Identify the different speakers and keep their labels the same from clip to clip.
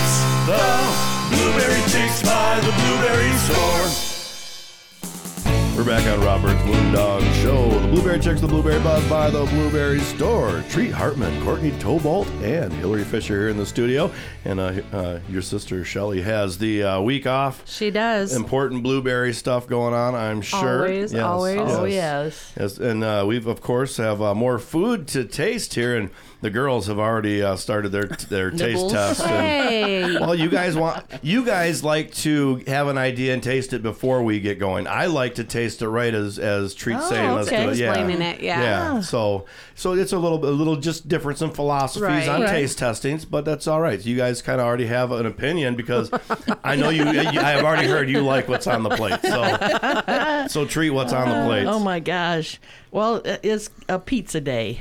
Speaker 1: The Blueberry Chicks by the Blueberry Store.
Speaker 2: We're back on Robert's Blue Dog Show. The Blueberry Chicks, the Blueberry Buzz by the Blueberry Store. Treat Hartman, Courtney Tobolt, and Hillary Fisher here in the studio. And uh, uh, your sister Shelly has the uh, week off.
Speaker 3: She does.
Speaker 2: Important blueberry stuff going on, I'm sure.
Speaker 3: Always, always.
Speaker 2: yes.
Speaker 3: Oh,
Speaker 4: yes.
Speaker 2: Yes, and uh, we've of course have uh, more food to taste here, and the girls have already uh, started their their taste
Speaker 4: Nibbles.
Speaker 2: test. And,
Speaker 3: Hey.
Speaker 2: well, you guys want you guys like to have an idea and taste it before we get going. I like to taste it right as as treat
Speaker 4: Oh,
Speaker 2: saying let's do
Speaker 3: okay.
Speaker 2: it. Yeah.
Speaker 3: Explaining it, yeah.
Speaker 2: yeah. So so it's a little a little just difference in philosophies
Speaker 3: Right.
Speaker 2: on
Speaker 3: Right.
Speaker 2: taste testings, but that's all right. You guys kind of already have an opinion because I know you, you. I have already heard you like what's on the plate. So so treat what's on the plate.
Speaker 4: Oh my gosh. Well, i- it's a pizza day,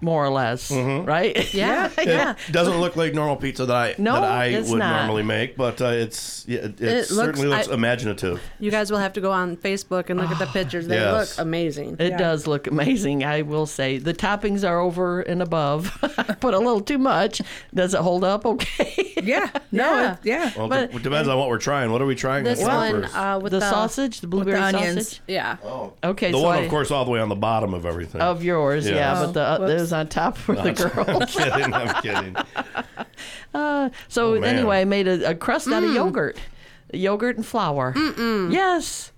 Speaker 4: more or less, right?
Speaker 3: Yeah.
Speaker 4: Mm-hmm. yeah.
Speaker 2: It doesn't look like normal pizza that I
Speaker 4: No,
Speaker 2: that I
Speaker 4: it's
Speaker 2: would
Speaker 4: not.
Speaker 2: normally make, but uh, it's yeah, it, it,
Speaker 3: It looks-
Speaker 2: certainly looks
Speaker 3: I-
Speaker 2: imaginative.
Speaker 3: You guys will have to go on Facebook and look at the pictures. They
Speaker 2: Yes.
Speaker 3: look amazing.
Speaker 4: It does look amazing, I will say. The toppings are over and above. I put a little too much. Does it hold up okay?
Speaker 5: Yeah. No.
Speaker 3: Yeah.
Speaker 5: it- Yeah.
Speaker 2: Well,
Speaker 4: But-
Speaker 2: it de- depends on what we're trying. What are we trying?
Speaker 3: This
Speaker 2: for
Speaker 3: one
Speaker 2: first?
Speaker 3: uh, with
Speaker 4: the, sausage, the blueberry
Speaker 5: onions.
Speaker 4: sausage.
Speaker 3: Yeah.
Speaker 4: Okay,
Speaker 2: the
Speaker 4: so
Speaker 2: one,
Speaker 4: I-
Speaker 2: of course, all the way on the bottom of everything.
Speaker 4: of yours,
Speaker 2: Yeah.
Speaker 4: yeah, but the
Speaker 5: Oh,
Speaker 4: uh, those on top for the
Speaker 2: I'm
Speaker 4: girls.
Speaker 2: kidding. I'm kidding.
Speaker 4: So
Speaker 3: Oh,
Speaker 2: man.
Speaker 4: anyway, I made a, a crust out
Speaker 3: Mm.
Speaker 4: of yogurt, yogurt and flour. Mm-mm. Yes,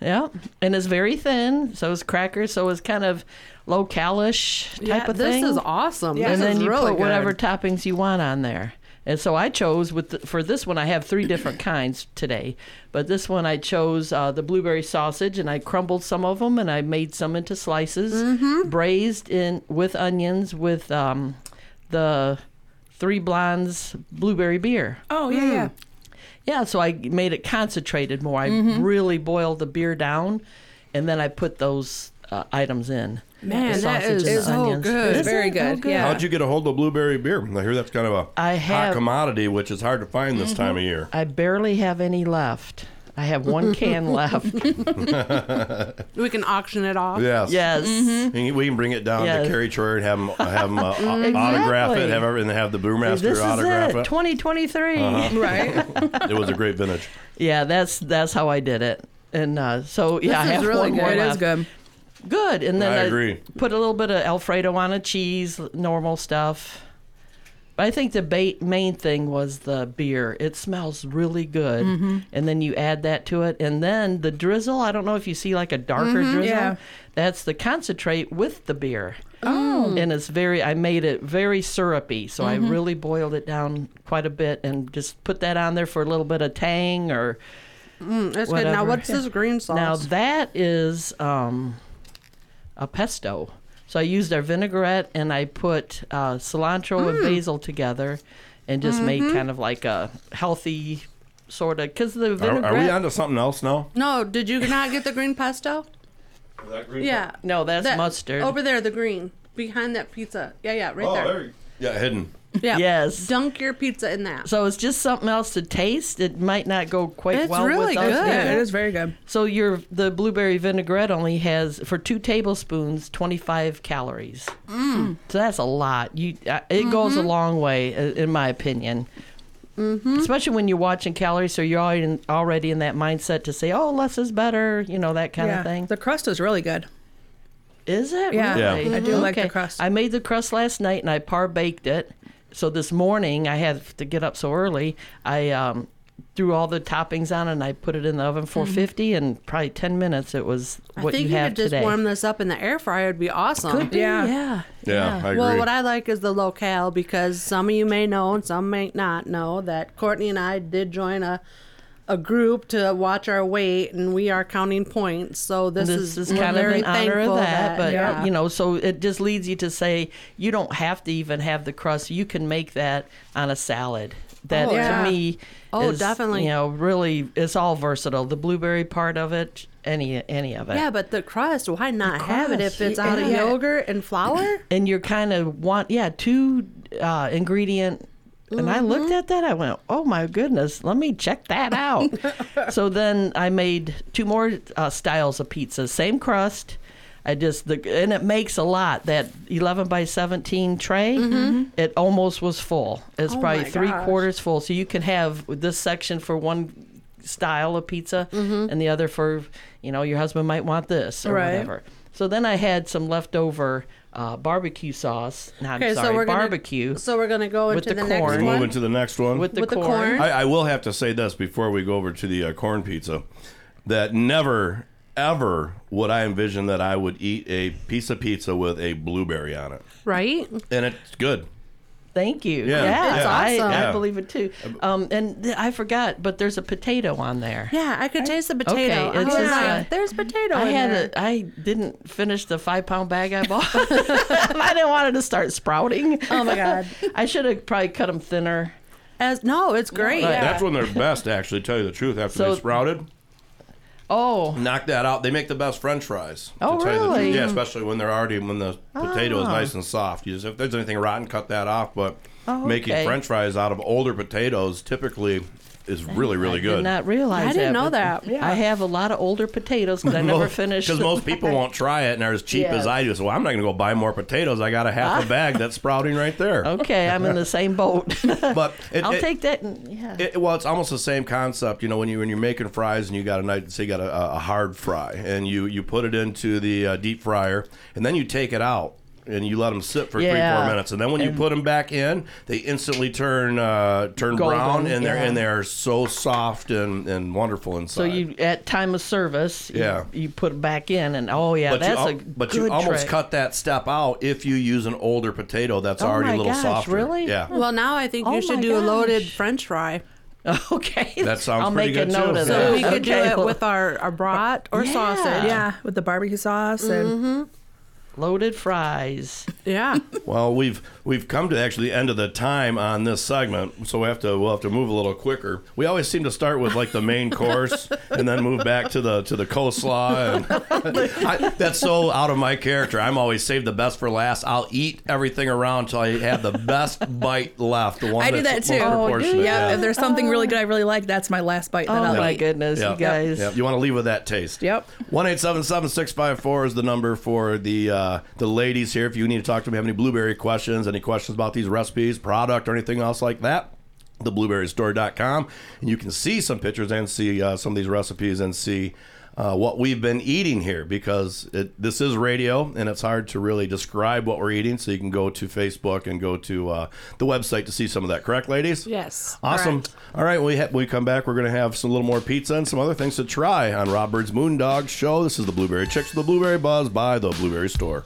Speaker 4: yeah, and it's very thin. So it's crackers. So it's kind of low calish type
Speaker 3: Yeah,
Speaker 4: of
Speaker 3: this
Speaker 4: thing.
Speaker 3: is awesome.
Speaker 4: and
Speaker 3: This
Speaker 4: then
Speaker 3: is
Speaker 4: you
Speaker 3: really
Speaker 4: put whatever
Speaker 3: good.
Speaker 4: toppings you want on there. And so I chose with the, for this one I have three different kinds today, but this one I chose uh, the blueberry sausage and I crumbled some of them and I made some into slices,
Speaker 3: Mm-hmm.
Speaker 4: braised in with onions with um, the three blondes blueberry beer. Mm.
Speaker 5: Oh yeah. Yeah.
Speaker 4: Yeah, so I made it concentrated more. I
Speaker 3: Mm-hmm.
Speaker 4: really boiled the beer down, and then I put those uh, items in.
Speaker 3: Man,
Speaker 4: the
Speaker 3: that
Speaker 4: sausage
Speaker 3: is
Speaker 4: and the
Speaker 3: so
Speaker 4: onions.
Speaker 3: good.
Speaker 4: Is
Speaker 5: Very
Speaker 4: it?
Speaker 5: good.
Speaker 4: Oh,
Speaker 5: Yeah.
Speaker 2: How'd you get a hold of blueberry beer? I hear that's kind of a
Speaker 4: I
Speaker 2: hot
Speaker 4: have- Mm-hmm.
Speaker 2: commodity, which is hard to find this time of year.
Speaker 4: I barely have any left. I have one can left.
Speaker 3: We can auction it off.
Speaker 2: Yes.
Speaker 4: Yes.
Speaker 2: And We can bring it down
Speaker 4: Yes.
Speaker 2: to Carrie Troyer and have them, have 'em, uh, autograph it,
Speaker 4: Exactly.
Speaker 2: have everything, have the brewmaster
Speaker 4: This is
Speaker 2: autograph
Speaker 4: it, 2023.
Speaker 3: Uh-huh.
Speaker 5: Right.
Speaker 2: it. It was a great vintage.
Speaker 4: Yeah, that's that's how I did it. And uh, so yeah, I
Speaker 5: This
Speaker 4: have
Speaker 5: is really
Speaker 4: one more
Speaker 5: good. It is
Speaker 4: left.
Speaker 5: good.
Speaker 4: Good. And then
Speaker 2: I agree.
Speaker 4: put a little bit of Alfredo on it, cheese, normal stuff. But I think the ba- main thing was the beer. It smells really good. And then you add that to it. And then the drizzle, I don't know if you see like a darker drizzle.
Speaker 5: yeah.
Speaker 4: That's the concentrate with the beer. Oh. And it's very, I made it very syrupy. So I really boiled it down quite a bit and just put that on there for a little bit of tang or.
Speaker 3: Mm, that's good. Now,
Speaker 4: Whatever.
Speaker 3: what's this green sauce?
Speaker 4: Now that is um, a pesto. So I used our vinaigrette and I put uh, cilantro and
Speaker 3: Mm.
Speaker 4: basil together, and just
Speaker 3: Mm-hmm.
Speaker 4: made kind of like a healthy sort of because the
Speaker 2: Are,
Speaker 4: vinaigrette.
Speaker 2: are we onto something else now?
Speaker 3: no, did you not get the green pesto? Yeah.
Speaker 4: No, that's
Speaker 3: That-
Speaker 4: mustard.
Speaker 3: Over there, the green. Behind that pizza. Yeah, yeah, right Oh, there.
Speaker 2: Oh, you- yeah, hidden.
Speaker 3: Yeah.
Speaker 4: Yes.
Speaker 3: Dunk your pizza in that.
Speaker 4: so it's just something else to taste. It might not go quite
Speaker 3: It's
Speaker 4: well
Speaker 3: really
Speaker 4: with those.
Speaker 3: good.
Speaker 5: Yeah. It is very good.
Speaker 4: So your the blueberry vinaigrette only has for two tablespoons twenty five calories. Mm. So that's a lot. You uh, it goes a long way i- in my opinion. Especially when you're watching calories, so you're already in, already in that mindset to say, "Oh, less is better," you know that kind
Speaker 5: yeah.
Speaker 4: of thing.
Speaker 5: The crust is really good.
Speaker 4: Is it?
Speaker 5: Yeah.
Speaker 2: Yeah.
Speaker 4: really?
Speaker 5: I do like the
Speaker 4: Okay.
Speaker 5: crust.
Speaker 4: I made the crust last night and I par baked it. So this morning I had to get up so early. I um, threw all the toppings on and I put it in the oven
Speaker 5: Mm-hmm.
Speaker 4: 450 and probably 10 minutes it was
Speaker 3: I
Speaker 4: what
Speaker 3: think
Speaker 4: you
Speaker 3: you,
Speaker 4: have
Speaker 3: could just
Speaker 4: today.
Speaker 3: warm this up in the air fryer. It'd be awesome.
Speaker 4: Could be,
Speaker 5: Yeah.
Speaker 4: yeah.
Speaker 2: Yeah, I agree.
Speaker 3: Well, what I like is the locale because some of you may know and some may not know that Courtney and I did join a a group to watch our weight, and we are counting points. So this,
Speaker 4: This is
Speaker 3: we're
Speaker 4: kind of
Speaker 3: very
Speaker 4: an honor
Speaker 3: thankful
Speaker 4: of that, but
Speaker 3: yeah.
Speaker 4: you know, so it just leads you to say you don't have to even have the crust. You can make that on a salad. That
Speaker 3: Oh,
Speaker 4: to
Speaker 3: yeah.
Speaker 4: me,
Speaker 3: Oh,
Speaker 4: is,
Speaker 3: definitely.
Speaker 4: You know, really, it's all versatile. The blueberry part of it, any any of it.
Speaker 3: yeah, but the crust, why not have it if
Speaker 4: crust,
Speaker 3: it's out of
Speaker 4: yeah.
Speaker 3: yogurt and flour?
Speaker 4: and you're kind of want yeah two uh, ingredient and I looked
Speaker 3: Mm-hmm.
Speaker 4: at that. I went, "Oh my goodness! Let me check that out." so then I made two more uh, styles of pizza, same crust. I just the and it makes a lot. That eleven by seventeen tray, it almost was full. It's
Speaker 3: Mm-hmm. Oh
Speaker 4: probably
Speaker 3: my
Speaker 4: three
Speaker 3: gosh.
Speaker 4: quarters full. So you can have this section for one style of pizza,
Speaker 3: Mm-hmm.
Speaker 4: and the other for you know your husband might want this or
Speaker 5: Right.
Speaker 4: whatever. So then I had some leftover uh, barbecue sauce. No, I'm
Speaker 3: Okay,
Speaker 4: sorry,
Speaker 3: so we're gonna
Speaker 4: barbecue
Speaker 3: So we're gonna go
Speaker 4: With
Speaker 3: into
Speaker 4: the
Speaker 3: the,
Speaker 4: corn.
Speaker 3: next
Speaker 4: We're
Speaker 2: Move
Speaker 3: one.
Speaker 2: into the next one.
Speaker 4: with the
Speaker 3: with the
Speaker 4: corn.
Speaker 3: corn.
Speaker 2: I, I will have to say this before we go over to the uh, corn pizza that never, ever would I envision that I would eat a piece of pizza with a blueberry on it.
Speaker 3: right?
Speaker 2: And it's good.
Speaker 4: Thank you.
Speaker 2: Yeah,
Speaker 4: yes,
Speaker 2: That's
Speaker 4: I,
Speaker 3: awesome.
Speaker 4: I
Speaker 2: Yeah. Uh,
Speaker 4: believe it too. Um, and th- I forgot, but there's a potato on there.
Speaker 3: Yeah, I could taste the potato.
Speaker 4: Okay,
Speaker 3: I
Speaker 4: it's
Speaker 3: was
Speaker 4: just,
Speaker 3: like,
Speaker 4: uh,
Speaker 3: there's potato.
Speaker 4: I
Speaker 3: in
Speaker 4: had
Speaker 3: there.
Speaker 4: a, I didn't finish the five pound bag I bought. I didn't want it to start sprouting.
Speaker 3: Oh my god.
Speaker 4: I should have probably cut them thinner.
Speaker 3: As no, it's great.
Speaker 4: Right.
Speaker 2: That's when they're best, actually, tell you the truth. After
Speaker 4: So-
Speaker 2: they sprouted,
Speaker 4: Oh,
Speaker 2: knock that out. They make the best french fries. to tell
Speaker 4: Oh,
Speaker 2: you the truth.
Speaker 4: really? Ah.
Speaker 2: Yeah, especially when they're already, when the potato is nice and soft. You just, if there's anything rotten, cut that off. But
Speaker 4: Oh,
Speaker 2: making
Speaker 4: okay.
Speaker 2: french fries out of older potatoes typically is really, really
Speaker 4: I
Speaker 2: good.
Speaker 4: did not realize.
Speaker 3: I didn't
Speaker 4: that,
Speaker 3: know
Speaker 4: but
Speaker 3: that. Yeah.
Speaker 4: I have a lot of older potatoes that I never finished.
Speaker 2: Because most people won't try it and are as cheap
Speaker 4: Yes.
Speaker 2: as I do. So I'm not going to go buy more potatoes. I got a half a bag that's sprouting right there.
Speaker 4: Ah. okay, I'm in the same boat.
Speaker 2: But it,
Speaker 4: I'll
Speaker 2: it-
Speaker 4: take that. And, yeah.
Speaker 2: It, well, it's almost the same concept, you know. When you when you're making fries and you got a night, say you got a, a hard fry, and you you put it into the uh, deep fryer, and then you take it out and you let them sit for three
Speaker 4: Yeah.
Speaker 2: four minutes, and then when you put them back in, they instantly turn uh, turn
Speaker 4: Golden,
Speaker 2: brown, and they're
Speaker 4: yeah.
Speaker 2: and they're so soft and, and wonderful inside.
Speaker 4: so you at time of service, you-
Speaker 2: Yeah.
Speaker 4: you, put it back in, and oh yeah,
Speaker 2: But
Speaker 4: that's
Speaker 2: you,
Speaker 4: a
Speaker 2: al- but
Speaker 4: good
Speaker 2: you almost
Speaker 4: trick.
Speaker 2: cut that step out if you use an older potato that's
Speaker 4: Oh
Speaker 2: already
Speaker 4: my
Speaker 2: a little
Speaker 4: gosh,
Speaker 2: softer.
Speaker 4: really?
Speaker 2: Yeah.
Speaker 3: Well, now I think
Speaker 4: Oh
Speaker 3: you should
Speaker 4: my
Speaker 3: do a loaded
Speaker 4: gosh.
Speaker 3: French fry.
Speaker 4: Okay,
Speaker 2: That sounds
Speaker 4: I'll
Speaker 2: pretty
Speaker 4: make
Speaker 2: good,
Speaker 4: a
Speaker 2: too.
Speaker 4: note of
Speaker 3: So
Speaker 4: that.
Speaker 3: we could do
Speaker 4: Okay,
Speaker 3: it
Speaker 4: well,
Speaker 3: with our, our brat or
Speaker 4: Yeah. Mm-hmm.
Speaker 3: sausage.
Speaker 5: Yeah, with the barbecue sauce and
Speaker 4: loaded fries.
Speaker 3: Yeah.
Speaker 2: Well, we've we've come to actually the end of the time on this segment, so we have to we'll have to move a little quicker. We always seem to start with like the main course and then move back to the to the coleslaw. And I, that's so out of my character. I'm always save the best for last. I'll eat everything around till I have the best bite left. The one
Speaker 5: I do
Speaker 2: that's
Speaker 5: that too.
Speaker 2: most
Speaker 5: Oh,
Speaker 4: do
Speaker 2: proportionate.
Speaker 4: you?
Speaker 5: yeah,
Speaker 2: yeah.
Speaker 5: if there's something really good I really like, that's my last bite. That
Speaker 4: Oh
Speaker 5: I'll
Speaker 4: my
Speaker 5: eat.
Speaker 4: goodness,
Speaker 2: Yeah.
Speaker 4: you guys.
Speaker 2: Yep. You want to leave with that taste.
Speaker 5: Yep.
Speaker 2: One eight seven seven six five four is the number for the uh, the ladies here. If you need to talk to me, have any blueberry questions, any questions about these recipes, product, or anything else like that. Theblueberrystore.com, and you can see some pictures and see uh, some of these recipes and see uh, what we've been eating here because it, this is radio and it's hard to really describe what we're eating. So you can go to Facebook and go to uh, the website to see some of that. Correct, ladies?
Speaker 3: Yes.
Speaker 2: Awesome. All right, we ha- we come back. We're going to have some little more pizza and some other things to try on Rob Bird's Moondog Show. This is the Blueberry Chicks with the Blueberry Buzz by the Blueberry Store.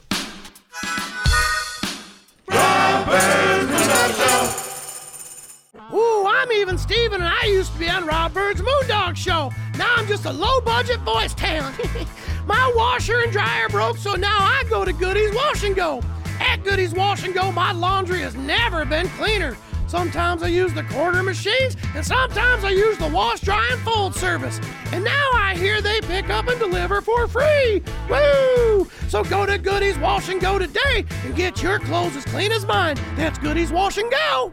Speaker 6: Ooh, I'm even Steven, and I used to be on Rob Bird's Moondog Show. Now I'm just a low budget voice talent. my washer and dryer broke, so now I go to Goodies Wash and Go. At Goodies Wash and Go, my laundry has never been cleaner. Sometimes I use the quarter machines, and sometimes I use the wash, dry, and fold service. And now I hear they pick up and deliver for free. Woo! So go to Goodies Wash and Go today and get your clothes as clean as mine. That's Goodies Wash and Go.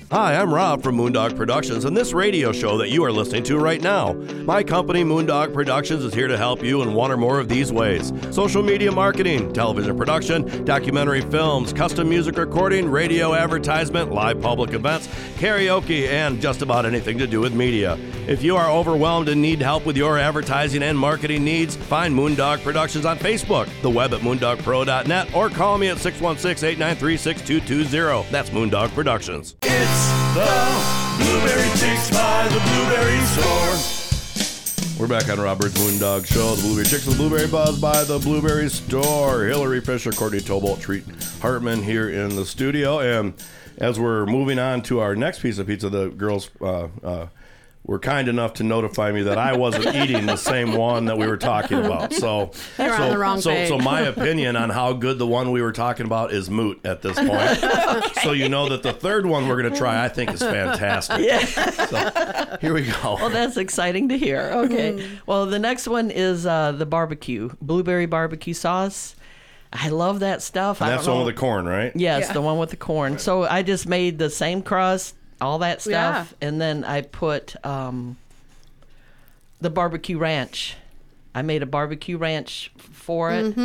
Speaker 2: Hi, I'm Rob from Moondog Productions and this radio show that you are listening to right now. My company, Moondog Productions, is here to help you in one or more of these ways social media marketing, television production, documentary films, custom music recording, radio advertisement, live public events, karaoke, and just about anything to do with media. If you are overwhelmed and need help with your advertising and marketing needs, find Moondog Productions on Facebook, the web at moondogpro.net, or call me at 616 893 6220. That's Moondog Productions.
Speaker 1: It's the Blueberry Chicks by the Blueberry Store.
Speaker 2: We're back on Robert's Moondog Show. The Blueberry Chicks with Blueberry Buzz by the Blueberry Store. Hillary Fisher, Courtney Tobalt, Treat Hartman here in the studio. And as we're moving on to our next piece of pizza, the girls uh, uh, were kind enough to notify me that I wasn't eating the same one that we were talking about. So,
Speaker 3: They were
Speaker 2: so,
Speaker 3: on the wrong
Speaker 2: so,
Speaker 3: page.
Speaker 2: so my opinion on how good the one we were talking about is moot at this point. So you know that the third one we're going to try, I think, is fantastic. So here we go.
Speaker 4: Well, that's exciting to hear. Okay. well, the next one is uh, the barbecue, blueberry barbecue sauce. I love that stuff. I
Speaker 2: and
Speaker 4: don't
Speaker 2: that's the one
Speaker 4: know.
Speaker 2: with the corn, right?
Speaker 4: Yes,
Speaker 5: Yeah.
Speaker 4: the one with the corn. So I just made the same crust, all that stuff, and then I put um, the barbecue ranch. I made a barbecue ranch f- for it,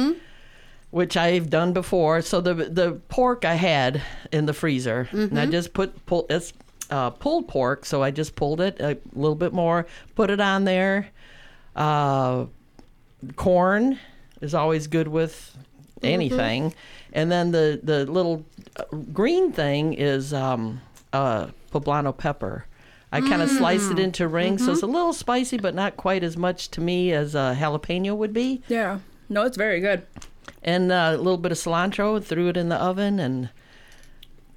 Speaker 4: which I've done before. So the the pork I had in the freezer, and I just put pull it's uh, pulled pork, so I just pulled it a little bit more, put it on there. Uh, corn is always good with anything. And then the, the little uh, green thing is um, uh, poblano pepper. I kind of sliced it into rings, so it's a little spicy, but not quite as much to me as a jalapeno would be.
Speaker 5: Yeah. No, it's very good.
Speaker 4: And uh, a little bit of cilantro, threw it in the oven, and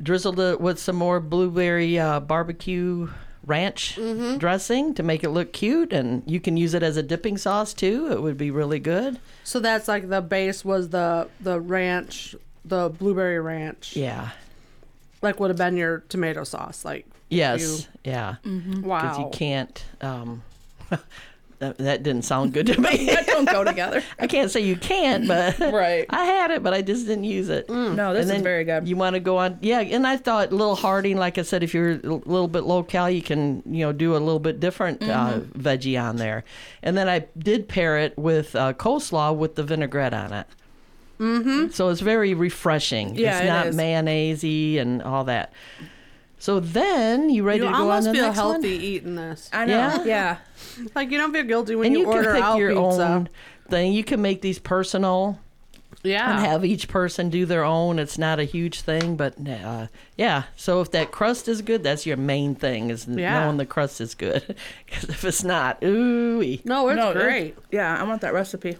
Speaker 4: drizzled it with some more blueberry uh, barbecue ranch dressing to make it look cute. And you can use it as a dipping sauce too, it would be really good.
Speaker 3: So that's like the base was the the ranch, the blueberry ranch.
Speaker 4: Yeah.
Speaker 3: Like would have been your tomato sauce. Like
Speaker 4: Yes. Yeah. Because
Speaker 3: Mm-hmm. wow.
Speaker 4: you can't. Um, that, that didn't sound good to me.
Speaker 5: That don't go together.
Speaker 4: I can't say you can't, but
Speaker 5: Right.
Speaker 4: I had it, but I just didn't use it.
Speaker 5: No, Oh, this is very good.
Speaker 4: Hmm. You want to go on? Yeah. And I thought little Harding, like I said, if you're a little bit low cal, you can you know do a little bit different uh, veggie on there. And then I did pair it with uh, coleslaw with the vinaigrette on it. Mm-hmm. So it's very refreshing.
Speaker 5: Yeah,
Speaker 4: it's
Speaker 5: it
Speaker 4: not
Speaker 5: is.
Speaker 4: mayonnaisey and all that. So then you ready
Speaker 3: you
Speaker 4: to go on
Speaker 3: almost
Speaker 4: to the
Speaker 3: feel
Speaker 4: next one?
Speaker 3: healthy eating this.
Speaker 5: I know.
Speaker 4: Yeah.
Speaker 5: Yeah.
Speaker 3: Like you don't feel guilty when
Speaker 4: and
Speaker 3: you,
Speaker 4: you, can
Speaker 3: order
Speaker 4: pick
Speaker 3: out
Speaker 4: your
Speaker 3: pizza.
Speaker 4: own thing. You can make these personal
Speaker 3: yeah.
Speaker 4: and have each person do their own. It's not a huge thing, but uh, yeah. So if that crust is good, that's your main thing is
Speaker 3: Yeah.
Speaker 4: knowing the crust is good. Because if it's not, ooh,
Speaker 3: no, it's
Speaker 5: No, it-
Speaker 3: great.
Speaker 5: Yeah, I want that recipe.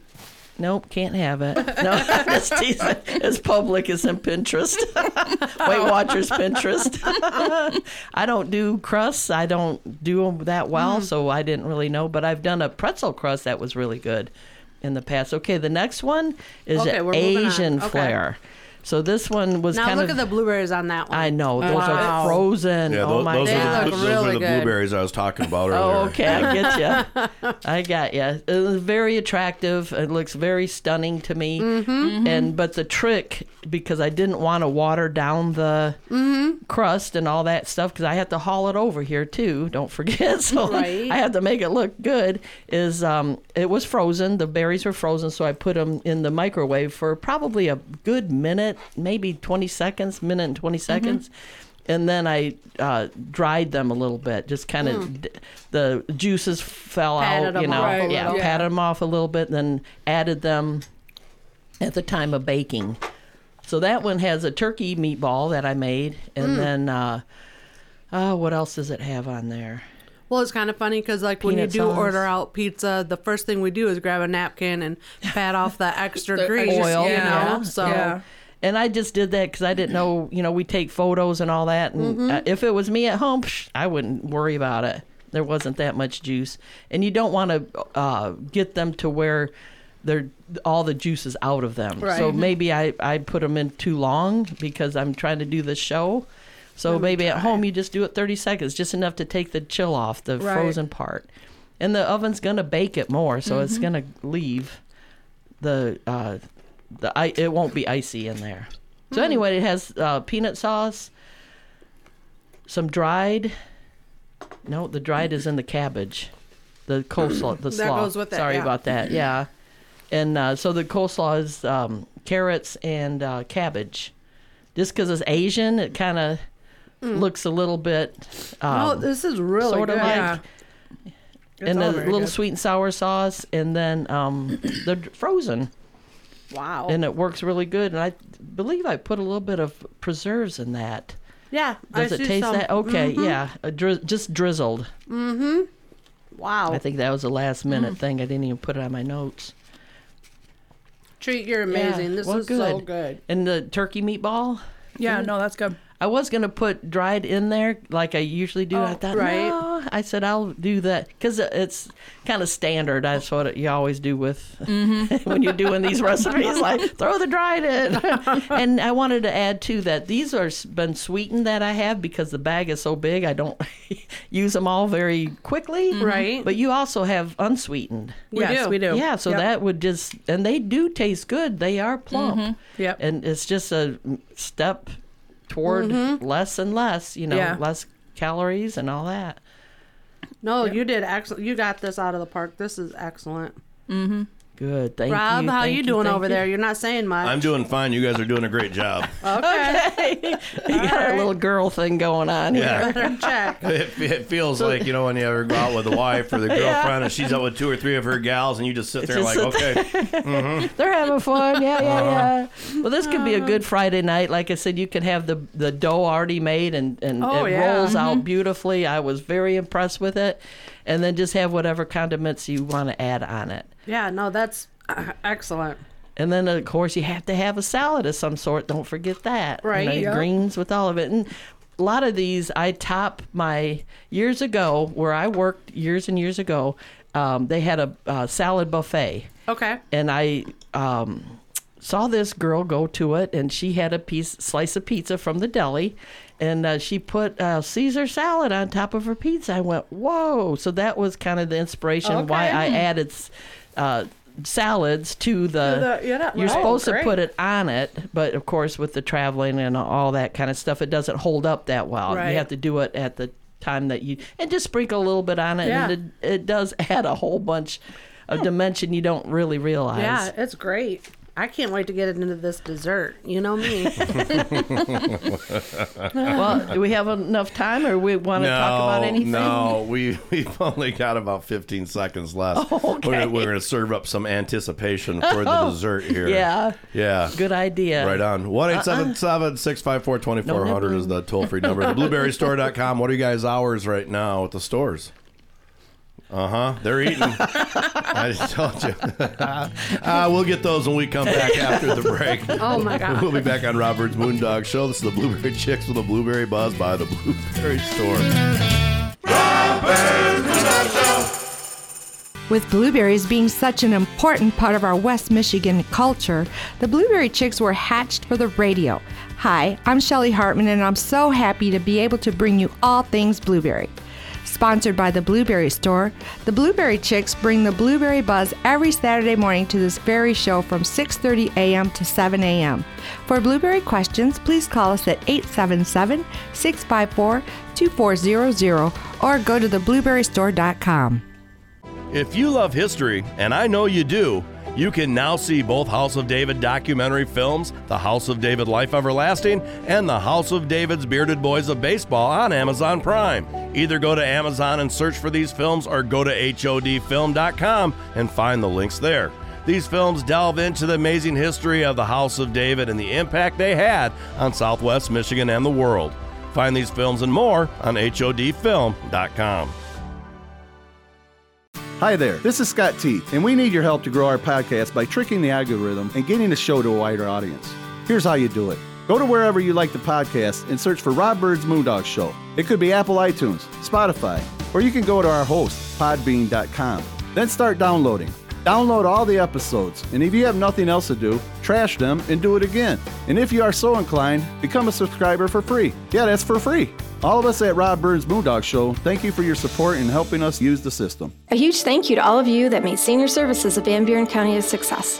Speaker 4: nope, can't have it. No, it's, decent. it's public. It's in Pinterest. Weight Watchers Pinterest. I don't do crusts. I don't do them that
Speaker 3: Hmm.
Speaker 4: well, so I didn't really know. But I've done a pretzel crust that was really good in the past. Okay, the next one is
Speaker 3: Okay, we're moving on.
Speaker 4: Asian
Speaker 3: Okay.
Speaker 4: flair. So this one was
Speaker 3: now
Speaker 4: kind
Speaker 3: look
Speaker 4: of.
Speaker 3: at the blueberries on that one.
Speaker 4: I know those
Speaker 3: Wow.
Speaker 4: are frozen.
Speaker 2: Yeah,
Speaker 4: oh
Speaker 2: tho-
Speaker 4: my
Speaker 2: those,
Speaker 4: god.
Speaker 2: are, the-
Speaker 3: They look
Speaker 2: those are
Speaker 3: really
Speaker 2: the
Speaker 3: good.
Speaker 2: blueberries I was talking about earlier.
Speaker 4: Oh, okay. I get you. I got you. It was very attractive. It looks very stunning to me. And but the trick, because I didn't want to water down the crust and all that stuff, because I had to haul it over here too. Don't forget. So
Speaker 3: Right.
Speaker 4: I had to make it look good. Is um, it was frozen. The berries were frozen, so I put them in the microwave for probably a good minute, maybe twenty seconds, minute and twenty seconds and then I uh, dried them a little bit, just kind of d- the juices fell
Speaker 3: Patted
Speaker 4: out, you
Speaker 3: them
Speaker 4: know,
Speaker 3: off a
Speaker 4: yeah,
Speaker 3: little.
Speaker 4: patted them off a little bit, then added them at the time of baking. So that one has a turkey meatball that I made, and then uh, oh, what else does it have on there?
Speaker 3: Well, it's kind of funny because, like, when you
Speaker 4: Peanut
Speaker 3: do
Speaker 4: sauce.
Speaker 3: order out pizza, the first thing we do is grab a napkin and pat off the extra
Speaker 5: The
Speaker 3: grease,
Speaker 5: extra-
Speaker 3: you
Speaker 5: yeah.
Speaker 3: know.
Speaker 5: Yeah.
Speaker 3: So,
Speaker 5: Yeah.
Speaker 4: And I just did that because I didn't know, you know, we take photos and all that. And uh, if it was me at home, psh, I wouldn't worry about it. There wasn't that much juice. And you don't want to uh, get them to where they're all the juice is out of them. So maybe I, I put them in too long because I'm trying to do this show. So maybe at home you just do it 30 seconds, just enough to take the chill off the
Speaker 5: Right.
Speaker 4: frozen part. And the oven's going to bake it more, so it's going to leave the uh, the I, it won't be icy in there.
Speaker 3: Hmm.
Speaker 4: So anyway, it has uh, peanut sauce, some dried. No, the dried is in the cabbage, the coleslaw, the
Speaker 3: That
Speaker 4: slaw.
Speaker 3: goes with it,
Speaker 4: Sorry
Speaker 3: yeah.
Speaker 4: about that. Yeah, and uh, so the coleslaw is um, carrots and uh, cabbage. Just because it's Asian, it kind of looks a little bit.
Speaker 3: Hmm. oh,
Speaker 4: Um,
Speaker 3: this is really
Speaker 4: sort of
Speaker 3: good.
Speaker 4: like
Speaker 5: Yeah. It's
Speaker 4: and a
Speaker 5: all very
Speaker 4: little
Speaker 5: good.
Speaker 4: sweet and sour sauce, and then um, they're frozen.
Speaker 3: Wow.
Speaker 4: and it works really good. And I believe I put a little bit of preserves in that.
Speaker 3: yeah. I
Speaker 4: Does it
Speaker 3: see
Speaker 4: taste
Speaker 3: some- Mm-hmm.
Speaker 4: that? Okay, yeah, a dri- just drizzled.
Speaker 3: Wow.
Speaker 4: I think that was a last
Speaker 3: Mm.
Speaker 4: minute thing. I didn't even put it on my notes.
Speaker 3: Treat, you're amazing. this
Speaker 4: well,
Speaker 3: is so good.
Speaker 4: And the turkey meatball.
Speaker 5: Yeah, no, that's good.
Speaker 4: I was gonna put dried in there like I usually do. I thought,
Speaker 3: Oh, right.
Speaker 4: no. I said I'll do that because it's kind of standard. That's what you always do with
Speaker 3: Mm-hmm.
Speaker 4: when you're doing these recipes, like throw the dried in. and I wanted to add too that these are s- been sweetened that I have because the bag is so big. I don't use them all very quickly,
Speaker 3: Mm-hmm. Right.
Speaker 4: But you also have unsweetened.
Speaker 3: We
Speaker 5: yes,
Speaker 3: do.
Speaker 5: we do.
Speaker 4: Yeah, so
Speaker 5: Yep.
Speaker 4: that would just, and they do taste good. They are plump.
Speaker 3: Mm-hmm.
Speaker 5: Yep.
Speaker 4: And it's just a step toward less and less, you know,
Speaker 5: Yeah.
Speaker 4: less calories and all that.
Speaker 3: No, you did excellent. You got this out of the park. This is excellent.
Speaker 4: Good. Thank
Speaker 3: Rob,
Speaker 4: you.
Speaker 3: how
Speaker 4: thank
Speaker 3: you doing
Speaker 4: thank
Speaker 3: over
Speaker 4: you.
Speaker 3: there? You're not saying much.
Speaker 2: I'm doing fine. You guys are doing a great job.
Speaker 4: Oh, you got a little girl thing going on here.
Speaker 2: Yeah.
Speaker 3: Better check.
Speaker 2: It, it feels like you know when you ever go out with a wife or the girlfriend and she's out with two or three of her gals and you just sit there
Speaker 4: Just
Speaker 2: like okay
Speaker 4: They're having fun. Yeah, yeah, yeah. Uh-huh. Well, this could be a good Friday night. Like I said, you can have the the dough already made and and
Speaker 3: Oh,
Speaker 4: it
Speaker 3: yeah.
Speaker 4: rolls out beautifully. I was very impressed with it, and then just have whatever condiments you want to add on it.
Speaker 3: Yeah, no, that's uh, excellent.
Speaker 4: And then, of course, you have to have a salad of some sort. Don't forget that. You
Speaker 3: Right,
Speaker 4: know,
Speaker 3: yeah.
Speaker 4: Greens with all of it. And a lot of these, I top my years ago, where I worked years and years ago, um, they had a uh, salad buffet.
Speaker 3: Okay.
Speaker 4: And I um, saw this girl go to it, and she had a piece slice of pizza from the deli. And uh, she put uh, Caesar salad on top of her pizza. I went, whoa! So that was kind of the inspiration why
Speaker 3: Okay.
Speaker 4: I added uh, salads to the
Speaker 3: the- yeah, that-
Speaker 4: you're
Speaker 3: oh,
Speaker 4: supposed
Speaker 3: great.
Speaker 4: to put it on it, but of course, with the traveling and all that kind of stuff, it doesn't hold up that well.
Speaker 5: Right.
Speaker 4: You have to do it at the time that you and just sprinkle a little bit on it, and it, it does add a whole bunch of dimension you don't really realize.
Speaker 3: Yeah, it's great. I can't wait to get into this dessert. You know me.
Speaker 4: Well, do we have enough time, or we want to talk about anything?
Speaker 2: no we we've only got about 15 seconds left
Speaker 4: Oh,
Speaker 2: we're, we're gonna serve up some anticipation for the dessert here
Speaker 4: Yeah.
Speaker 2: yeah
Speaker 4: Good idea.
Speaker 2: Right
Speaker 3: Uh-uh.
Speaker 2: on. 1 877 654 2400 is the toll free number. Blueberrystore.com. What are you guys' hours right now at the stores? Uh huh. They're eating. I just told you. uh, we'll get those when we come back after the break.
Speaker 3: Oh my God.
Speaker 2: We'll be back on Robert's Moondog Show. This is the Blueberry Chicks with a Blueberry Buzz by the Blueberry Store.
Speaker 7: With blueberries being such an important part of our West Michigan culture, the Blueberry Chicks were hatched for the radio. Hi, I'm Shelley Hartman, and I'm so happy to be able to bring you all things blueberry. Sponsored by the Blueberry Store, the Blueberry Chicks bring the blueberry buzz every Saturday morning to this very show from 6:30 a.m. to 7 a.m. For blueberry questions, please call us at 877-654-2400 or go to theblueberrystore.com.
Speaker 2: If you love history, and I know you do, you can now see both House of David documentary films, The House of David Life Everlasting, and The House of David's Bearded Boys of Baseball on Amazon Prime. Either go to Amazon and search for these films or go to HODfilm.com and find the links there. These films delve into the amazing history of the House of David and the impact they had on Southwest Michigan and the world. Find these films and more on HODfilm.com.
Speaker 8: Hi there, this is Scott T, and we need your help to grow our podcast by tricking the algorithm and getting the show to a wider audience. Here's how you do it go to wherever you like the podcast and search for Rob Bird's Moondog Show. It could be Apple iTunes, Spotify, or you can go to our host, podbean.com. Then start downloading. Download all the episodes, and if you have nothing else to do, trash them and do it again. And if you are so inclined, become a subscriber for free. Yeah, that's for free. All of us at Rob Bird's Moondog Show, thank you for your support and helping us use the system.
Speaker 9: A huge thank you to all of you that made Senior Services of Van Buren County a success.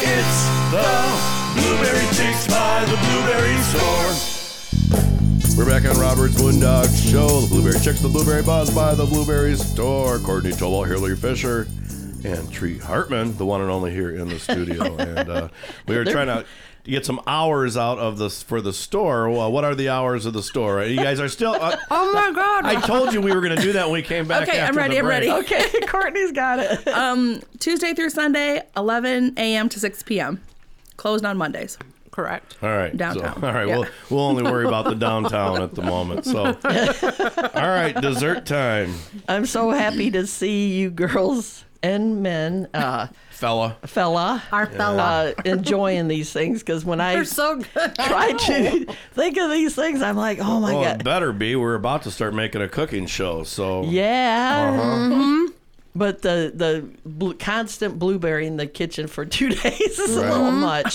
Speaker 1: It's the Blueberry Chicks by the Blueberry Store.
Speaker 2: We're back on Robert's Boondog Show. The Blueberry Chicks, the Blueberry Buzz by the Blueberry Store. Courtney Tobal, Hillary Fisher, and Tree Hartman, the one and only here in the studio. and uh, we were
Speaker 4: They're-
Speaker 2: trying to get some hours out of this for the store. Well, what are the hours of the store? You guys are still. Uh,
Speaker 3: Oh my God!
Speaker 2: I told you we were going to do that when we came back.
Speaker 5: Okay, I'm
Speaker 2: after the
Speaker 5: ready, I'm
Speaker 2: break.
Speaker 5: ready.
Speaker 4: Okay, Courtney's got it.
Speaker 5: Um, Tuesday through Sunday, 11 a.m. to 6 p.m. Closed on Mondays.
Speaker 3: Correct.
Speaker 2: All right. so-
Speaker 5: Downtown.
Speaker 2: all right.
Speaker 5: Yeah.
Speaker 2: We'll, we'll only worry about the downtown at the moment. So, all right. Dessert time,
Speaker 4: I'm so happy to see you girls and men, uh,
Speaker 2: fella.
Speaker 4: fella,
Speaker 3: Our fella.
Speaker 4: uh, enjoying these things because when I
Speaker 3: They're so good.
Speaker 4: try to think of these things, I'm like, oh my
Speaker 2: Well, it
Speaker 4: god,
Speaker 2: better be. We're about to start making a cooking show. So,
Speaker 4: yeah. Mhm. But the the bl- constant blueberry in the kitchen for two days is
Speaker 2: Right.
Speaker 4: a little much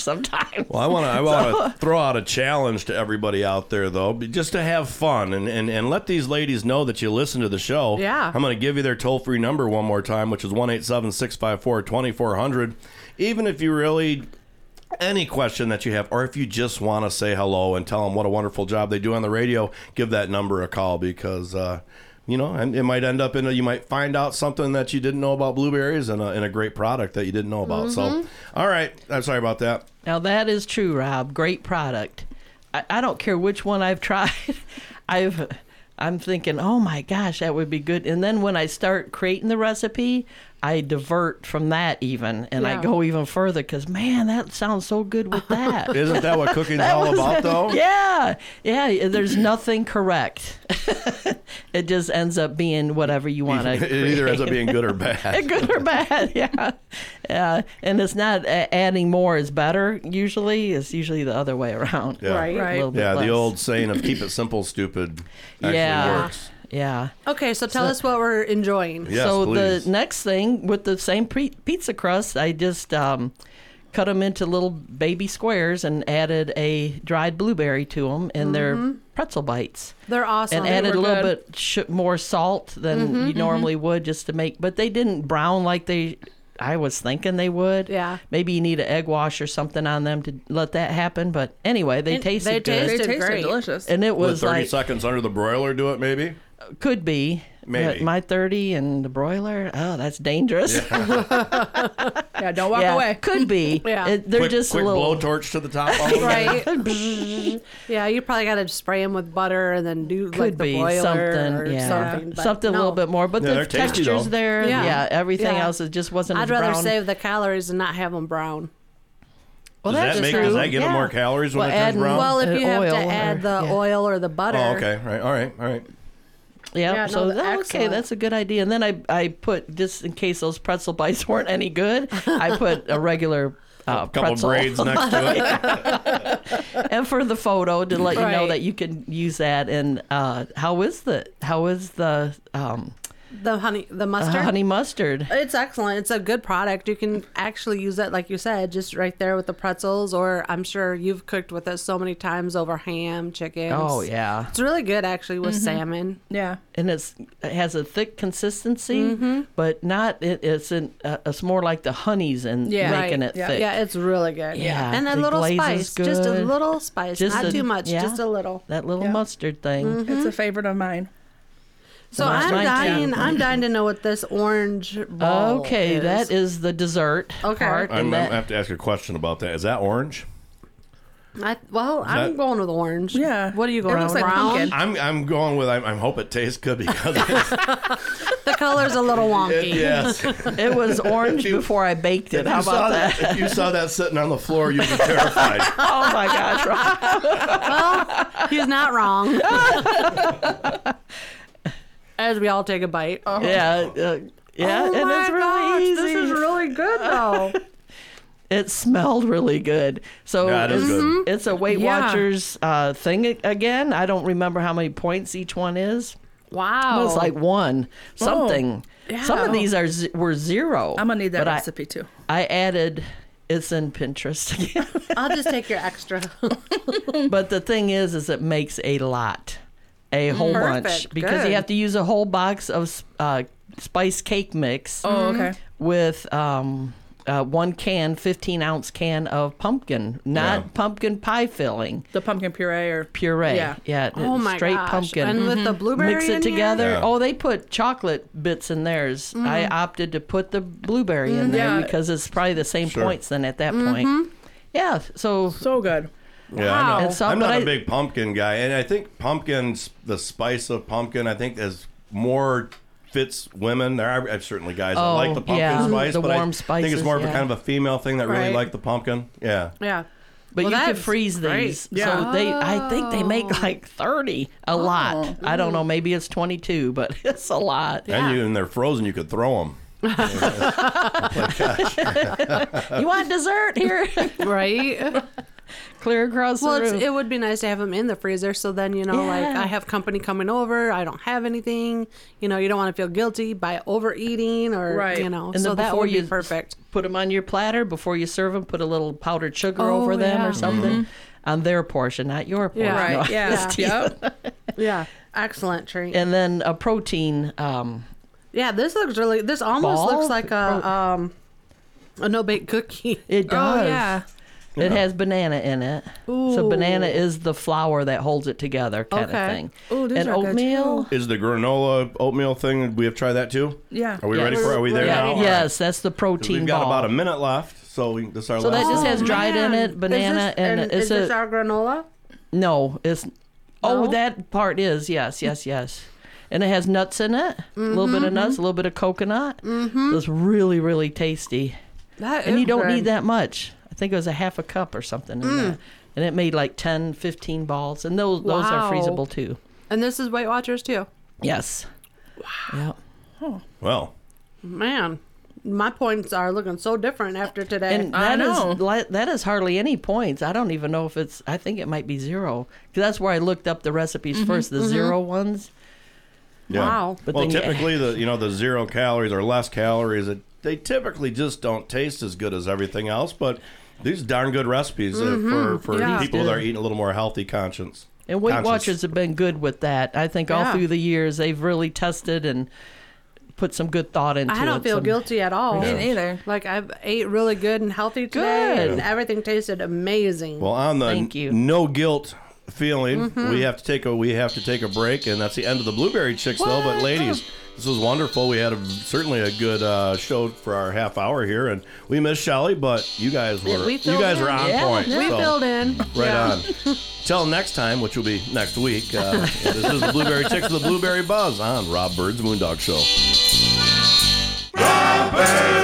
Speaker 4: sometimes.
Speaker 2: Well, I want to I want to throw out a challenge to everybody out there though, be- just to have fun and, and and let these ladies know that you listen to the show.
Speaker 3: Yeah.
Speaker 2: I'm going to give you their toll free number one more time, which is one eight seven six five four twenty four hundred. Even if you really any question that you have, or if you just want to say hello and tell them what a wonderful job they do on the radio, give that number a call because. Uh, you know, and it might end up in a, you might find out something that you didn't know about blueberries and a, and a great product that you didn't know about. So, all right, I'm sorry about that.
Speaker 4: Now that is true, Rob. Great product. I, I don't care which one I've tried. I've I'm thinking, oh my gosh, that would be good. And then when I start creating the recipe, I divert from that even, and
Speaker 3: Yeah.
Speaker 4: I go even further because man, that sounds so good with that.
Speaker 2: Isn't that what cooking's all about, though?
Speaker 4: yeah, yeah. There's nothing correct. it just ends up being whatever you want to.
Speaker 2: It either ends up being good or bad.
Speaker 4: good or bad yeah yeah and it's not uh, adding more is better usually it's usually the other way around
Speaker 2: Yeah. Right.
Speaker 4: A
Speaker 5: Right.
Speaker 4: little bit
Speaker 2: Yeah, the
Speaker 4: less.
Speaker 2: old saying of keep it simple, stupid actually
Speaker 4: yeah
Speaker 2: works.
Speaker 4: yeah
Speaker 3: Okay, so tell us what we're enjoying.
Speaker 2: Yes,
Speaker 4: so
Speaker 2: please.
Speaker 4: the next thing with the same pre- pizza crust i just um, cut them into little baby squares and added a dried blueberry to them and they're pretzel bites
Speaker 3: They're awesome.
Speaker 4: and added a
Speaker 5: were
Speaker 4: little
Speaker 5: good.
Speaker 4: bit sh- more salt than
Speaker 3: Mm-hmm,
Speaker 4: you normally would just to make but they didn't brown like they i was thinking they would
Speaker 3: Yeah.
Speaker 4: maybe you need an egg wash or something on them to let that happen but anyway they
Speaker 3: And
Speaker 4: tasted
Speaker 3: they
Speaker 4: good
Speaker 5: They
Speaker 3: Tasted
Speaker 5: tasted
Speaker 3: great.
Speaker 5: delicious.
Speaker 4: and it
Speaker 2: With
Speaker 4: was
Speaker 2: 30
Speaker 4: like
Speaker 2: seconds under the broiler, do it maybe?
Speaker 4: could be
Speaker 2: Maybe.
Speaker 4: but my 30 and the broiler oh that's dangerous
Speaker 5: yeah, don't walk
Speaker 4: Yeah,
Speaker 5: away.
Speaker 4: could be
Speaker 3: Yeah.
Speaker 4: It- they're
Speaker 2: quick
Speaker 4: just
Speaker 2: quick
Speaker 4: a little
Speaker 2: blowtorch to the top. Of them.
Speaker 3: Right. yeah, you probably got to spray them with butter and then do like
Speaker 4: could
Speaker 3: the
Speaker 4: be
Speaker 3: boiler or
Speaker 4: something, yeah,
Speaker 3: something. but
Speaker 4: something a
Speaker 3: no.
Speaker 4: little bit more, but
Speaker 2: Yeah, they're
Speaker 4: the
Speaker 2: tasty,
Speaker 4: texture's
Speaker 2: though.
Speaker 4: there.
Speaker 3: Yeah.
Speaker 4: Yeah, everything
Speaker 3: Yeah.
Speaker 4: else it just wasn't.
Speaker 3: I'd
Speaker 4: as
Speaker 3: rather
Speaker 4: brown.
Speaker 3: save the calories and not have them brown.
Speaker 4: Well,
Speaker 2: does
Speaker 4: that's
Speaker 2: that make,
Speaker 4: true.
Speaker 2: does that give them
Speaker 4: Yeah.
Speaker 2: more calories when
Speaker 4: Well,
Speaker 2: it turns
Speaker 4: add-
Speaker 2: brown?
Speaker 3: Well, if
Speaker 4: Uh,
Speaker 3: you have to
Speaker 4: oil or-
Speaker 3: add the
Speaker 4: yeah.
Speaker 3: oil or the butter.
Speaker 2: oh, okay. Right. All right. All right.
Speaker 4: Yeah,
Speaker 3: Yeah, no,
Speaker 4: so
Speaker 3: the-
Speaker 4: that- okay,
Speaker 3: excellent.
Speaker 4: that's a good idea. And then I I put just in case those pretzel bites weren't any good, I put a regular uh,
Speaker 2: Couple
Speaker 4: pretzel.
Speaker 2: braids next to it.
Speaker 4: and for the photo to let you know
Speaker 3: Right.
Speaker 4: that you can use that. And uh, how is the how is the um,
Speaker 3: The honey, the
Speaker 4: uh,
Speaker 3: mustard.
Speaker 4: honey mustard?
Speaker 3: It's excellent. It's a good product. You can actually use it, like you said, just right there with the pretzels, or I'm sure you've cooked with it so many times over ham, chicken.
Speaker 4: Oh yeah,
Speaker 3: It's really good, actually, with salmon.
Speaker 5: Yeah.
Speaker 4: and it's it has a thick consistency,
Speaker 3: Mm-hmm.
Speaker 4: but not it, it's in, uh, it's more like the honeys and
Speaker 5: Yeah.
Speaker 4: making
Speaker 3: Right.
Speaker 4: it
Speaker 5: Yeah.
Speaker 4: thick.
Speaker 3: Yeah, it's really good.
Speaker 4: Yeah,
Speaker 3: And a
Speaker 4: the
Speaker 3: little
Speaker 4: glaze
Speaker 3: spice.
Speaker 4: is
Speaker 3: Just a
Speaker 4: good.
Speaker 3: little spice.
Speaker 4: Just
Speaker 3: Not
Speaker 4: a-
Speaker 3: too much,
Speaker 4: yeah.
Speaker 3: just a little.
Speaker 4: That little
Speaker 5: Yeah.
Speaker 4: mustard thing.
Speaker 3: Mm-hmm.
Speaker 5: It's a favorite of mine.
Speaker 3: So
Speaker 4: Mine
Speaker 3: I'm
Speaker 4: too.
Speaker 3: dying I'm dying to know what this orange ball
Speaker 4: Okay,
Speaker 3: Oh, is.
Speaker 4: that is the dessert
Speaker 3: Okay.
Speaker 4: part.
Speaker 2: I'm,
Speaker 4: and
Speaker 2: I'm- I
Speaker 4: that-
Speaker 2: have to ask a question about that. Is that orange?
Speaker 3: I, well, I'm
Speaker 2: that-
Speaker 3: going with orange.
Speaker 5: Yeah.
Speaker 3: What are you
Speaker 5: It
Speaker 3: going
Speaker 5: looks
Speaker 3: with?
Speaker 5: like
Speaker 3: Brown?
Speaker 5: pumpkin.
Speaker 2: I'm I'm going with I, I hope it tastes good because it's,
Speaker 3: The color's a little wonky.
Speaker 2: yes.
Speaker 4: it was orange
Speaker 2: you-
Speaker 4: before I baked it.
Speaker 2: If
Speaker 4: How
Speaker 2: you saw
Speaker 4: about that?
Speaker 2: If you saw that sitting on the floor, you'd be terrified.
Speaker 4: Oh my gosh, Rob.
Speaker 3: Well, he's not wrong. As we all take a bite.
Speaker 4: Yeah, uh, yeah,
Speaker 3: Oh
Speaker 4: and
Speaker 3: my
Speaker 4: it's really
Speaker 3: gosh,
Speaker 4: easy.
Speaker 3: This is really good, though.
Speaker 4: it smelled really good. So
Speaker 2: Yeah, it is
Speaker 4: it's,
Speaker 2: good.
Speaker 4: it's a Weight
Speaker 3: Yeah.
Speaker 4: Watchers uh, thing a- again. I don't remember how many points each one is. It
Speaker 3: wow.
Speaker 4: was like one something. Some of these are z- were zero.
Speaker 5: I'm going to need that
Speaker 4: but I-
Speaker 5: recipe too.
Speaker 4: I added. It's in Pinterest again.
Speaker 3: I'll just take your extra.
Speaker 4: But the thing is, is it makes a lot, a whole bunch,
Speaker 3: Perfect.
Speaker 4: because
Speaker 3: Good.
Speaker 4: you have to use a whole box of uh, spice cake mix
Speaker 5: Oh, okay.
Speaker 4: with um, uh, one can, 15 ounce can of pumpkin, not
Speaker 5: Wow.
Speaker 4: pumpkin pie filling.
Speaker 5: The pumpkin puree or
Speaker 4: Puree,
Speaker 5: Yeah.
Speaker 4: yeah,
Speaker 5: Oh my
Speaker 4: straight
Speaker 5: gosh.
Speaker 4: pumpkin, Mm-hmm.
Speaker 5: And with the blueberry
Speaker 4: mix
Speaker 5: in
Speaker 4: it
Speaker 5: there?
Speaker 4: together.
Speaker 5: Yeah.
Speaker 4: Oh, they put chocolate bits in theirs. I
Speaker 5: Mhm.
Speaker 4: opted to put the blueberry in
Speaker 5: Mhm.
Speaker 4: there
Speaker 5: Yeah.
Speaker 4: because it's probably the same
Speaker 2: Sure.
Speaker 4: points then at that
Speaker 5: Mhm.
Speaker 4: point. Yeah, so
Speaker 5: so good.
Speaker 2: Yeah,
Speaker 4: Wow.
Speaker 2: I know.
Speaker 4: And some-
Speaker 2: I'm not
Speaker 4: but
Speaker 2: a
Speaker 4: I-
Speaker 2: big pumpkin guy, and I think pumpkins, the spice of pumpkin, I think is more fits women. There are I've certainly guys that
Speaker 4: Oh,
Speaker 2: like the pumpkin
Speaker 4: yeah.
Speaker 2: spice,
Speaker 4: The
Speaker 2: but I
Speaker 4: warm
Speaker 2: think it's
Speaker 4: spices,
Speaker 2: more of a
Speaker 4: yeah.
Speaker 2: kind of a female thing that really
Speaker 4: Right.
Speaker 2: like the pumpkin. Yeah.
Speaker 3: Yeah.
Speaker 4: But
Speaker 3: Well,
Speaker 4: you could
Speaker 3: that's
Speaker 4: freeze
Speaker 3: great. Oh.
Speaker 4: these.
Speaker 3: Yeah.
Speaker 4: So they I think they make like 30
Speaker 3: Oh,
Speaker 4: a lot. I don't know, maybe it's 22, but it's a lot.
Speaker 2: And you and they're frozen, you could throw them.
Speaker 4: you want dessert here?
Speaker 3: right?
Speaker 4: Clear across the
Speaker 3: well, it's-
Speaker 4: room.
Speaker 3: it would be nice to have them in the freezer. So then, you know, like
Speaker 4: Yeah.
Speaker 3: I have company coming over, I don't have anything. You know, you don't want to feel guilty by overeating or, you know,
Speaker 4: And
Speaker 3: so
Speaker 4: then
Speaker 3: that
Speaker 4: before
Speaker 3: would
Speaker 4: you
Speaker 3: be perfect.
Speaker 4: Put them on your platter before you serve them. Put a little powdered sugar
Speaker 3: Oh,
Speaker 4: over them
Speaker 3: yeah. Mm-hmm.
Speaker 4: or something on their portion, not your portion.
Speaker 3: Yeah.
Speaker 4: No,
Speaker 3: Right, yeah.
Speaker 4: just
Speaker 3: Yeah.
Speaker 4: teasing.
Speaker 3: Yeah. Excellent treat.
Speaker 4: And then a protein. Um,
Speaker 3: Yeah, this looks really. This almost
Speaker 4: Ball? Oh.
Speaker 3: looks like a um, a no bake cookie.
Speaker 4: It does.
Speaker 3: Oh yeah.
Speaker 4: It has banana in it. So banana is the flour that holds it together, kind of
Speaker 3: Okay.
Speaker 4: thing.
Speaker 3: Ooh, these
Speaker 4: and
Speaker 3: are good,
Speaker 4: oatmeal.
Speaker 2: Is the granola oatmeal thing? We have tried that too.
Speaker 4: Yeah.
Speaker 2: Are we
Speaker 4: Yes.
Speaker 2: ready for? Are we
Speaker 4: We're
Speaker 2: there
Speaker 4: ready.
Speaker 2: now?
Speaker 4: Yes, that's the
Speaker 2: 'Cause
Speaker 4: protein
Speaker 2: We've got
Speaker 4: ball.
Speaker 2: about a minute left, so we, this is our
Speaker 4: So
Speaker 2: last.
Speaker 4: that just has dried in
Speaker 3: Man,
Speaker 4: it, banana,
Speaker 3: is this,
Speaker 4: and, it's
Speaker 3: is this
Speaker 4: a
Speaker 3: our granola?
Speaker 4: no. It's oh, that part is yes, yes, yes, and it has nuts in it. A little bit of nuts, a little bit of coconut.
Speaker 3: Mhm.
Speaker 4: It's really, really tasty.
Speaker 3: That
Speaker 4: and
Speaker 3: is
Speaker 4: you don't
Speaker 3: good.
Speaker 4: need that much. I think it was a half a cup or something. In that. And it made like 10, 15 balls, and those those
Speaker 3: Wow.
Speaker 4: are freezable too.
Speaker 3: And this is Weight Watchers too.
Speaker 4: Yes. Wow.
Speaker 3: Oh
Speaker 2: Well,
Speaker 3: man, my points are looking so different after today.
Speaker 4: and that is li- that is hardly any points. I don't even know if it's. I think it might be zero 'Cause that's where I looked up the recipes
Speaker 3: Mhm,
Speaker 4: first. The
Speaker 3: mhm.
Speaker 4: zero ones. Wow. But
Speaker 2: well,
Speaker 4: then you-
Speaker 2: typically the you know the zero calories or less calories, it, they typically just don't taste as good as everything else. But these darn good recipes uh,
Speaker 4: Mhm.
Speaker 3: Mm-hmm.
Speaker 2: for for
Speaker 4: Yeah.
Speaker 2: people
Speaker 4: These
Speaker 2: that
Speaker 4: do.
Speaker 2: are eating a little more healthy conscience.
Speaker 4: And Weight
Speaker 2: conscience.
Speaker 4: Watchers have been good with that. I think
Speaker 3: Yeah.
Speaker 4: all through the years they've really tested and put some good thought into it.
Speaker 3: I don't feel
Speaker 4: some-
Speaker 3: guilty at all.
Speaker 4: Me
Speaker 3: neither. Like I've ate really good and healthy today,
Speaker 2: Good.
Speaker 3: and everything tasted amazing.
Speaker 2: Well, on the
Speaker 3: Thank you.
Speaker 2: no guilt feeling,
Speaker 3: Mhm.
Speaker 2: we have to take a we have to take a break, and that's the end of the blueberry chicks, though. But ladies, this was wonderful. We had a, certainly a good uh, show for our half hour here, and we missed Shelly, but you guys were
Speaker 3: we
Speaker 2: you
Speaker 3: filled
Speaker 2: guys
Speaker 3: in.
Speaker 2: were on
Speaker 3: Yeah,
Speaker 2: point.
Speaker 3: We
Speaker 2: so
Speaker 3: filled in.
Speaker 2: Right
Speaker 3: Yeah.
Speaker 2: on. Till next time, which will be next week. Uh, this is the Blueberry Chicks with the Blueberry Buzz on Rob Bird's Moondog Show.
Speaker 1: Bird